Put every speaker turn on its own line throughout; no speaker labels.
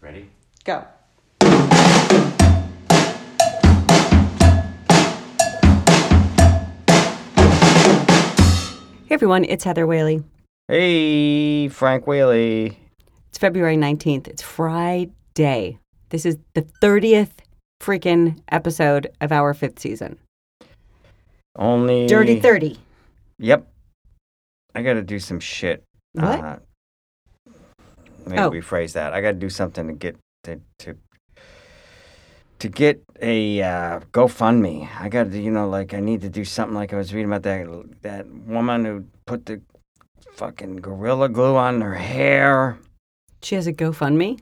Ready?
Go. Hey everyone, it's Heather Whaley.
Hey, Frank Whaley.
It's February 19th. It's Friday. This is the 30th freaking episode of our fifth season.
Only
Dirty 30.
Yep. I gotta do some shit.
What?
Uh, maybe
Oh.
rephrase that. I gotta do something to get to to to get a uh, GoFundMe. I gotta do- you know like I need to do something like I was reading about that that woman who put the fucking gorilla glue on her hair.
She has a GoFundMe?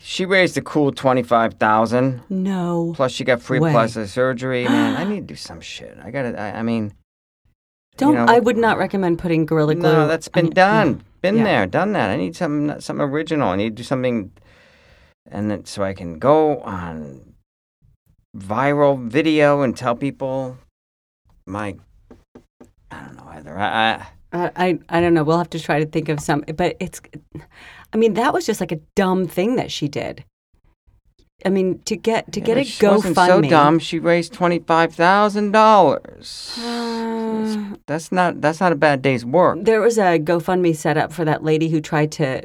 She raised a cool twenty five thousand.
No.
Plus, she got free
Way.
plastic surgery. Man, I need to do some shit. I gotta. I, I mean,
Don't
know-
I would not recommend putting gorilla glue.
no, that's been
on-
done. Been
Yeah.
there, done that. I need something, something original. I need to do something, and then so I can go on viral video and tell people my. I don't know either. I, I
I, Uh, I I don't know. We'll have to try to think of some, but it's. I mean, that was just like a dumb thing that she did. I mean, to get to
yeah,
get
but
a
she wasn't so
GoFundMe.
dumb. She raised twenty five thousand dollars. That's not. That's not a bad day's work.
There was a GoFundMe set up for that lady who tried to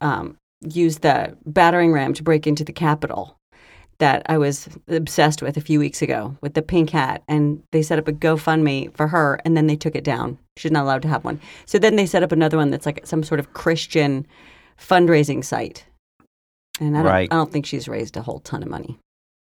um, use the battering ram to break into the Capitol. That I was obsessed with a few weeks ago with the pink hat, and they set up a GoFundMe for her, and then they took it down. She's not allowed to have one. So then they set up another one that's like some sort of Christian fundraising site, and I don't,
Right.
I don't think she's raised a whole ton of money.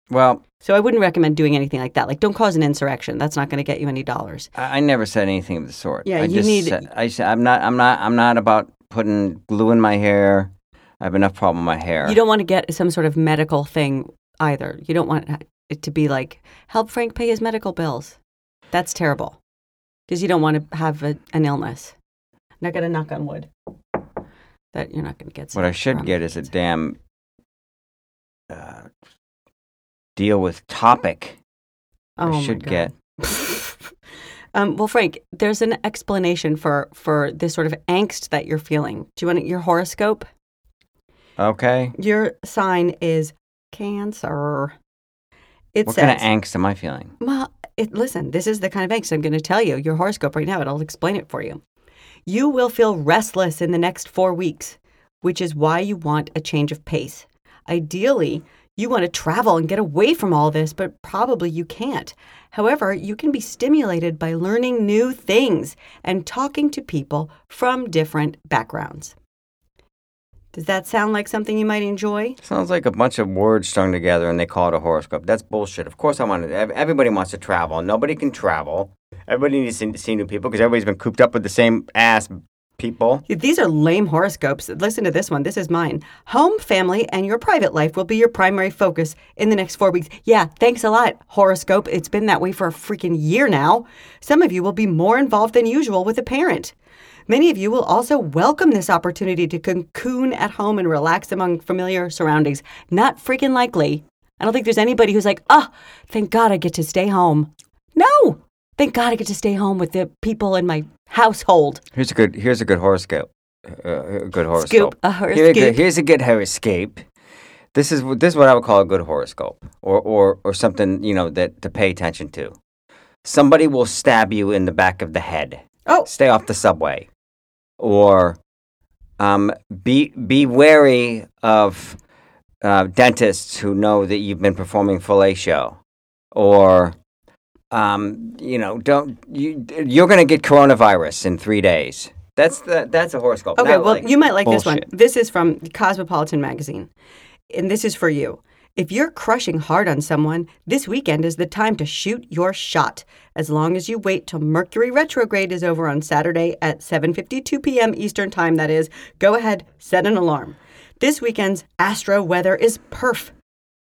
Well,
So I wouldn't recommend doing anything like that. Like, don't cause an insurrection. That's not going to get you any dollars.
I I never said anything of the sort.
Yeah,
I
you
just
need-
Said, I said I'm not. I'm not. I'm not about putting glue in my hair. I have enough problem with my hair.
You don't want to get some sort of medical thing either. You don't want it to be like, help Frank pay his medical bills. That's terrible because you don't want to have a, an illness. And I got to knock on wood that you're not going to get
What I
sick
should
from.
get is a damn uh, deal with topic.
oh my
I should
God.
get.
um, well, Frank, there's an explanation for, for this sort of angst that you're feeling. Do you want your horoscope?
Okay.
Your sign is Cancer. It
what
says,
kind of angst am I feeling?
Well, it, listen, this is the kind of angst I'm going to tell you. Your horoscope right now, and I'll explain it for you. You will feel restless in the next four weeks, which is why you want a change of pace. Ideally, you want to travel and get away from all this, but probably you can't. However, you can be stimulated by learning new things and talking to people from different backgrounds. Does that sound like something you might enjoy?
Sounds like a bunch of words strung together and they call it a horoscope. That's bullshit. Of course, I want to. ev- Everybody wants to travel. Nobody can travel. Everybody needs to see- see new people because everybody's been cooped up with the same ass people.
These are lame horoscopes. Listen to this one. This is mine. Home, family, and your private life will be your primary focus in the next four weeks. Yeah, thanks a lot, horoscope. It's been that way for a freaking year now. Some of you will be more involved than usual with a parent. Many of you will also welcome this opportunity to cocoon at home and relax among familiar surroundings. Not freaking likely. I don't think there's anybody who's like, oh, thank God I get to stay home. No! Thank God I get to stay home with the people in my household.
Here's a good. Here's a good horoscope. Uh, a good horoscope.
a
Here a good-
horoscope.
here's a good horoscope. This is what- this is what I would call a good horoscope, or or or something you know that to pay attention to. Somebody will stab you in the back of the head.
Oh.
Stay off the subway, or um, be be wary of uh, dentists who know that you've been performing fellatio, or um, you know, don't you you're going to get coronavirus in three days. That's the that's a horoscope.
Okay,
not
well,
like-
you might like this one.
bullshit.
This is from Cosmopolitan magazine, and this is for you. If you're crushing hard on someone, this weekend is the time to shoot your shot. As long as you wait till Mercury retrograde is over on Saturday at 7:52 p.m. Eastern Time, that is, go ahead, set an alarm. This weekend's astro weather is perf.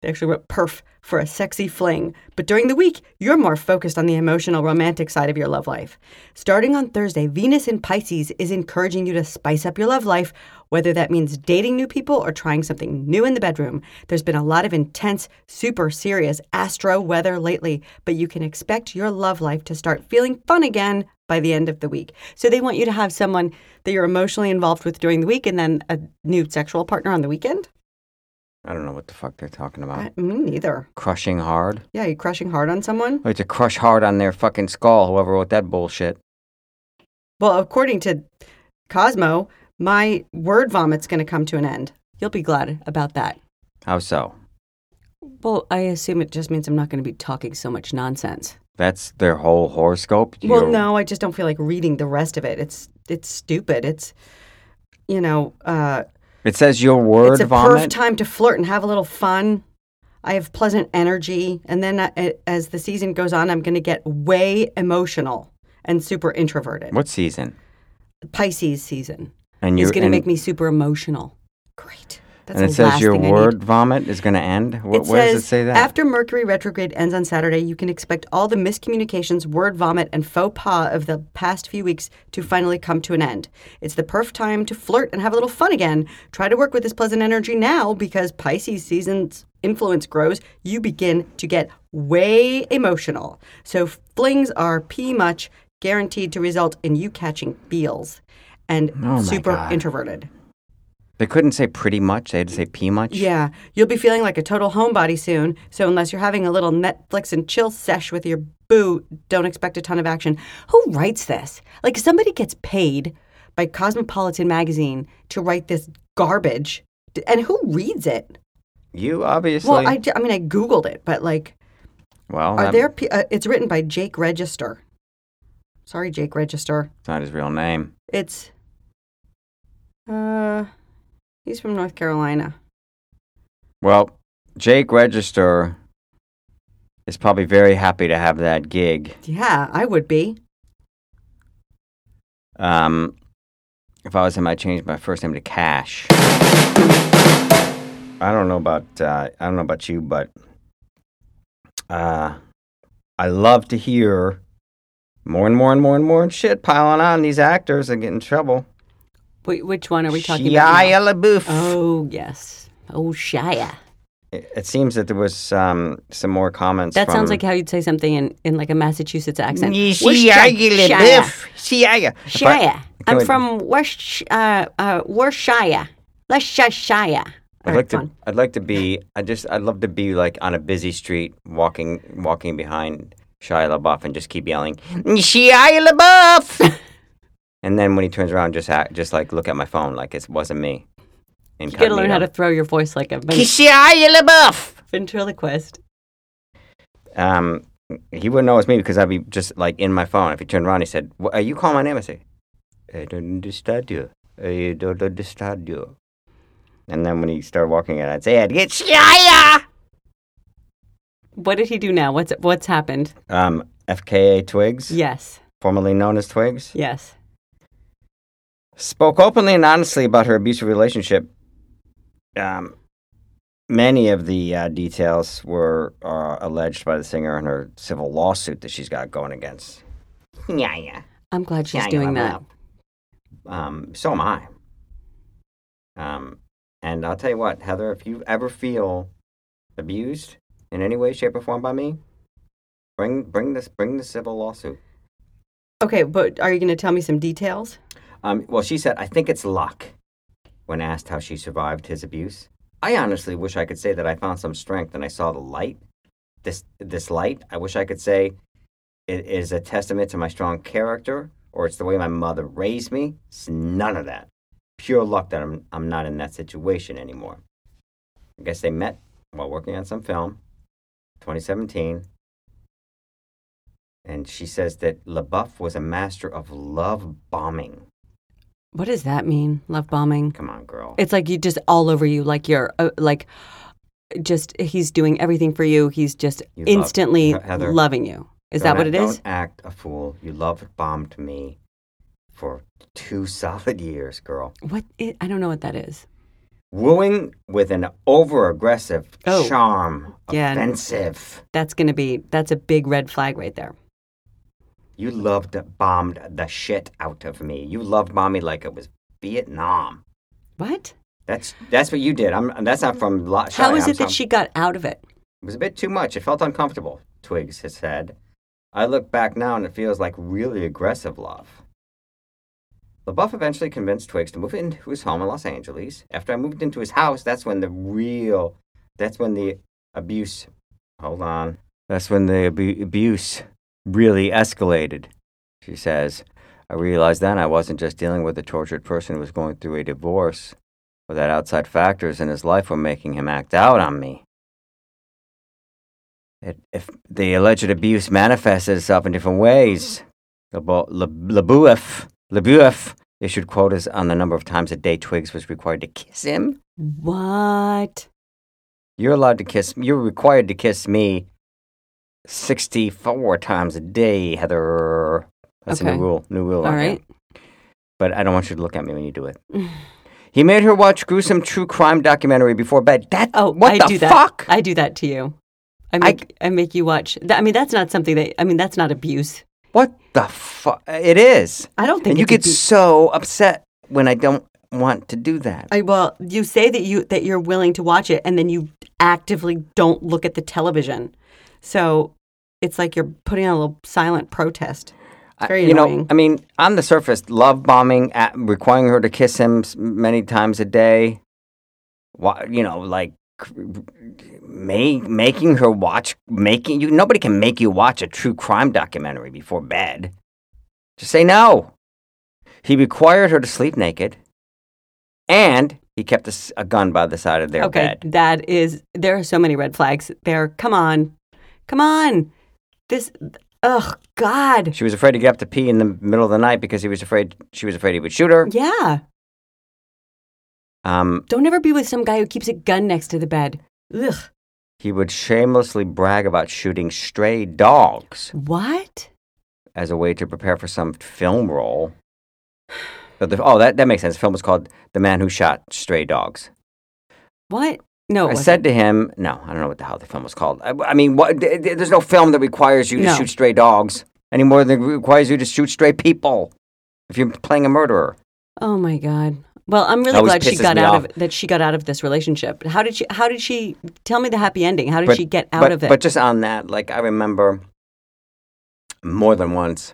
They actually wrote perf for a sexy fling. But during the week, you're more focused on the emotional, romantic side of your love life. Starting on Thursday, Venus in Pisces is encouraging you to spice up your love life, whether that means dating new people or trying something new in the bedroom. There's been a lot of intense, super serious astro weather lately, but you can expect your love life to start feeling fun again by the end of the week. So they want you to have someone that you're emotionally involved with during the week and then a new sexual partner on the weekend?
I don't know what the fuck they're talking about.
I, me neither.
Crushing hard.
Yeah, you're crushing hard on someone?
Like to crush hard on their fucking skull. Whoever wrote that bullshit.
Well, according to Cosmo, my word vomit's going to come to an end. You'll be glad about that.
How so?
Well, I assume it just means I'm not going to be talking so much nonsense.
That's their whole horoscope.
Well,
You're-
no, I just don't feel like reading the rest of it. It's it's stupid. It's you know, uh,
It says your word
it's a perf
vomit.
time to flirt and have a little fun. I have pleasant energy, and then I, as the season goes on, I'm going to get way emotional and super introverted.
what season?
Pisces season
And
is going to
and-
make me super emotional. Great. That's
and it
the
says
last
your
thing I need.
word vomit is going to end. What,
it
where
says,
does it say that?
After Mercury retrograde ends on Saturday, you can expect all the miscommunications, word vomit, and faux pas of the past few weeks to finally come to an end. It's the perf time to flirt and have a little fun again. Try to work with this pleasant energy now because Pisces season's influence grows. You begin to get way emotional. So flings are pee much, guaranteed to result in you catching feels and
Oh my
super
God.
introverted.
they couldn't say pretty much. They had to say pee much.
Yeah, you'll be feeling like a total homebody soon. So unless you're having a little Netflix and chill sesh with your boo, don't expect a ton of action. Who writes this? Like somebody gets paid by Cosmopolitan magazine to write this garbage, D- and who reads it?
You obviously.
Well, I, d- I mean, I googled it, but like,
Well,
are
that-
there? P- uh, it's written by Jake Register. Sorry, Jake Register.
It's not his real name.
It's uh, he's from North Carolina.
Well, Jake Register is probably very happy to have that gig.
Yeah, I would be.
Um, if I was him, I'd change my first name to Cash. I don't know about uh, I don't know about you, but uh, I love to hear more and more and more and more shit piling on these actors and get in trouble.
Wait, which one are we talking about? now?
Shia LaBeouf.
Oh yes. Oh Shia.
It, it seems that there was um, some more comments.
That
from,
sounds like how you'd say something in, in like a Massachusetts accent.
Ye-
West Shia.
Shia
Shia.
LaBeouf. Shia. If I-
Shia.
Go
I'm
ahead.
from West Sh- uh uh Worcestershire. Let's Shia.
I'd like to. I'd like to be. I just. I'd love to be like on a busy street, walking, walking behind Shia LaBeouf, and just keep yelling, Shia LaBeouf. and then when he turns around, just act, just like look at my phone, like it wasn't me. And
You gotta learn how to throw your voice like a ven-
Shia LaBeouf.
ventriloquist.
Um, he wouldn't know it's me because I'd be just like in my phone. If he turned around, he said, "Wh- "Are you calling my name?" I say, "I don't understand you. I don't understand you." And then when he started walking in, I'd say, "I'd get Shia."
What did he do now? What's what's happened?
Um, FKA Twigs,
Yes.
formerly known as Twigs,
Yes.
spoke openly and honestly about her abusive relationship. Um, many of the uh, details were uh, alleged by the singer in her civil lawsuit that she's got going against. Yeah, yeah.
I'm glad she's
Yeah, you
doing
level
that.
up. Um, so am I. Um, and I'll tell you what, Heather, if you ever feel abused in any way, shape, or form by me, bring bring this bring the civil lawsuit.
Okay, but are you gonna tell me some details?
Um, well, she said, I think it's luck. When asked how she survived his abuse, I honestly wish I could say that I found some strength and I saw the light. This this light, I wish I could say it is a testament to my strong character or it's the way my mother raised me. It's none of that. Pure luck that I'm I'm not in that situation anymore. I guess they met while working on some film, 2017. And she says that LaBeouf was a master of love bombing.
What does that mean? Love bombing.
Come on, girl.
It's like you just all over you, like you're uh, like just he's doing everything for you. He's just
You love-
instantly
He- Heather,
loving you. Is
don't
that what it
act-
is?
Don't act a fool. You love bombed me for two solid years, girl.
What i I don't know what that is.
Wooing with an over aggressive
Oh.
charm.
Yeah.
Offensive.
That's going to be that's a big red flag right there.
You loved bombed the shit out of me. You loved mommy like it was Vietnam.
What?
That's that's what you did. I'm that's not from La-
How
Shelley,
is
I'm
it that
from-
she got out of it?
It was a bit too much. It felt uncomfortable, Twigs has said. I look back now and it feels like really aggressive love. LaBeouf eventually convinced Twiggs to move into his home in Los Angeles. After I moved into his house, that's when the real, that's when the abuse, hold on, that's when the abu- abuse really escalated, she says. I realized then I wasn't just dealing with a tortured person who was going through a divorce, or that outside factors in his life were making him act out on me. It, if the alleged abuse manifested itself in different ways, Lebo- Le- Lebeuf, Lebeuf issued quotas on the number of times a day Twiggs was required to kiss him.
What?
You're allowed to kiss. You're required to kiss me sixty-four times a day, Heather. That's a
Okay.
new rule. New rule.
All
out there.
right.
But I don't want you to look at me when you do it. He made her watch gruesome true crime documentary before bed. That
Oh,
what
I
the
do that.
fuck?
I do that to you. I make I, make you watch. Th- I mean, that's not something that. I mean, that's not abuse.
What the fuck? It is.
I don't think
And you
it could
get
be-
so upset when I don't want to do that.
I, well, you say that you that you're willing to watch it, and then you actively don't look at the television. So it's like you're putting on a little silent protest. It's very
I- you
annoying.
know, I mean, on the surface, love bombing, at, requiring her to kiss him s- many times a day. Wa- You know, like ma- making her watch, making you. Nobody can make you watch a true crime documentary before bed. Just say no. He required her to sleep naked, and he kept a, s- a gun by the side of their
okay,
bed.
that is. There are so many red flags there. Come on, come on. This. Ugh, God.
She was afraid to get up to pee in the middle of the night because he was afraid she was afraid he would shoot her.
Yeah.
Um,
Don't ever be with some guy who keeps a gun next to the bed. Ugh.
He would shamelessly brag about shooting stray dogs
What?
as a way to prepare for some film role. But the, oh, that, that makes sense. The film was called The Man Who Shot Stray Dogs.
What? No.
I said to him, no, I don't know what the hell the film was called. I, I mean, what, th- th- there's no film that requires you to
No.
shoot stray dogs any more than it requires you to shoot stray people if you're playing a murderer.
Oh my God. Well, I'm really
Always
glad she
pisses
got
me
out
off.
of that. She got out of this relationship. How did she? How did she? Tell me the happy ending. How did she get out
but,
of it?
But just on that, like I remember more than once,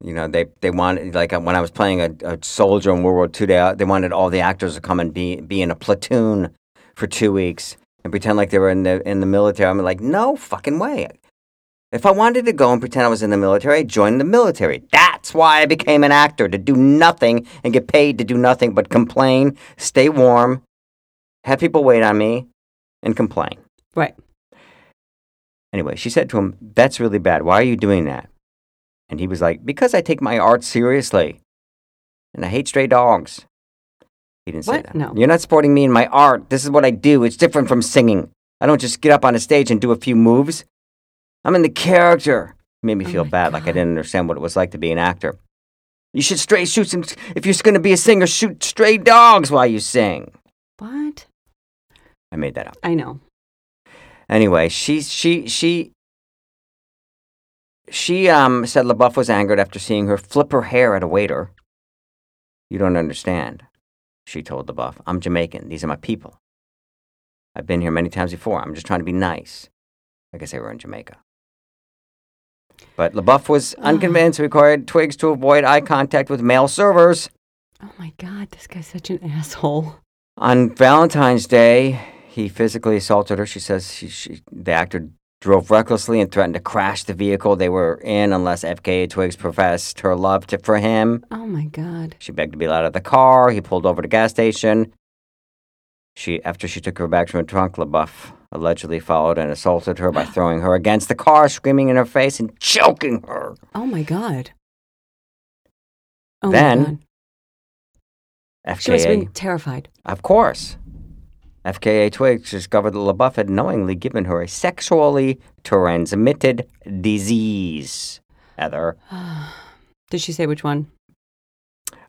you know, they they wanted like when I was playing a, a soldier in World War II, they they wanted all the actors to come and be be in a platoon for two weeks and pretend like they were in the in the military. I'm like, no fucking way. If I wanted to go and pretend I was in the military, I joined the military. That's why I became an actor to do nothing and get paid to do nothing but complain, stay warm, have people wait on me, and complain.
right.
Anyway, she said to him, That's really bad. Why are you doing that? And he was like, Because I take my art seriously. And I hate stray dogs. He didn't say
What?
that.
No.
You're not supporting me in my art. This is what I do. It's different from singing. I don't just get up on a stage and do a few moves. I'm in the character. It made me
Oh
feel
my
bad, like I
God.
didn't understand what it was like to be an actor. You should stray shoot some. If you're going to be a singer, shoot stray dogs while you sing.
What?
I made that up.
I know.
Anyway, she she she she um said LaBeouf was angered after seeing her flip her hair at a waiter. You don't understand, she told LaBeouf. I'm Jamaican. These are my people. I've been here many times before. I'm just trying to be nice. Like I say, we're in Jamaica. But LaBeouf was unconvinced, required Twigs to avoid eye contact with male servers.
Oh my God. This guy's such an asshole.
On Valentine's Day, he physically assaulted her. She says she, she, the actor drove recklessly and threatened to crash the vehicle they were in unless FKA Twigs professed her love to, for him.
Oh my God.
She begged to be let out of the car. He pulled over to gas station. She, after she took her bags from her trunk, LaBeouf allegedly followed and assaulted her by throwing her against the car, screaming in her face and choking her.
Oh my God. Oh
Then-
my God.
FKA,
She must have been terrified.
Of course. FKA Twigs discovered that LaBeouf had knowingly given her a sexually transmitted disease. Heather.
Did she say which one?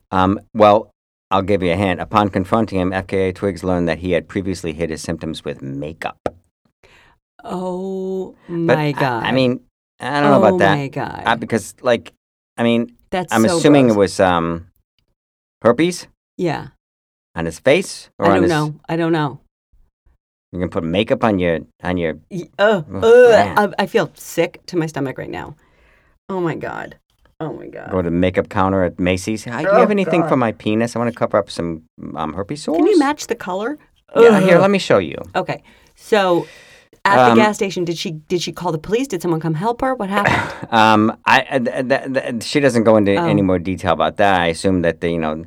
Um, well, I'll give you a hint. Upon confronting him, FKA Twigs learned that he had previously hid his symptoms with makeup.
Oh
But
my
I-
God.
I, mean, I don't know
Oh
about that.
my God.
I- because, like, I mean,
That's.
I'm
so
assuming
gross.
it was um, herpes
Yeah.
on his face, or
I
on
don't
his.
know. I don't know.
You can put makeup on your on your
Y- Ugh,
Ugh,
ugh,
man.
I, I feel sick to my stomach right now. Oh my God. Oh my God.
Go to makeup counter at Macy's. Hi, do you
Oh,
have anything
God.
for my penis? I want to cover up some um, herpes sores.
Can you match the color?
Yeah, here, let me show you.
Okay. So at the
Um,
gas station, did she did she call the police? Did someone come help her? What happened?
Um, I, I th- th- th- she doesn't go into
Oh.
any more detail about that. I assume that they, you know,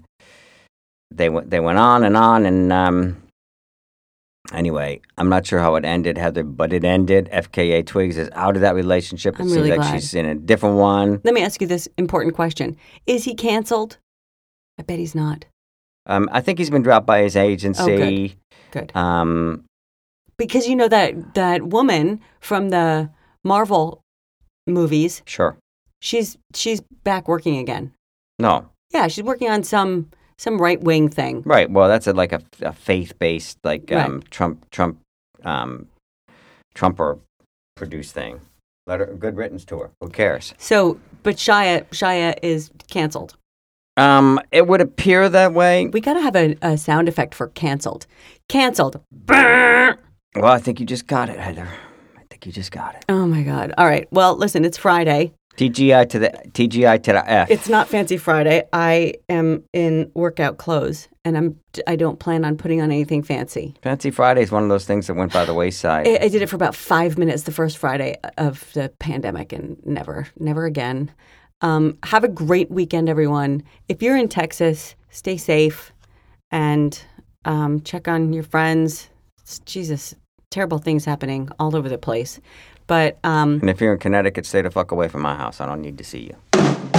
they went they went on and on and um. Anyway, I'm not sure how it ended, Heather, but it ended. FKA Twigs is out of that relationship. It
I'm
seems
really
like
glad.
she's in a different one.
Let me ask you this important question. Is he canceled? I bet he's not.
Um, I think he's been dropped by
Oh,
his agency.
Good.
Um,
Because you know that that woman from the Marvel movies,
sure.
she's she's back working again.
No.
Yeah, she's working on some some right wing thing.
Right. Well, that's a, like a, a faith-based, like
Right.
um, Trump, Trump, um, Trumper produced thing. Letter, good riddance to her. Who cares?
So, but Shia Shia is canceled.
Um, it would appear that way.
We got to have a, a sound effect for canceled. Canceled.
Well, I think you just got it, Heather. I think you just got it.
Oh my god. All right. Well, listen, it's Friday.
TGI to the TGI to the F.
It's not fancy Friday. I am in workout clothes and I'm I don't plan on putting on anything fancy.
Fancy Friday is one of those things that went by the wayside.
I, I did it for about 5 minutes the first Friday of the pandemic and never never again. Um, have a great weekend everyone. If you're in Texas, stay safe and um, check on your friends. It's- Jesus, terrible things happening all over the place. But um,
and if you're in Connecticut, stay the fuck away from my house. I don't need to see you.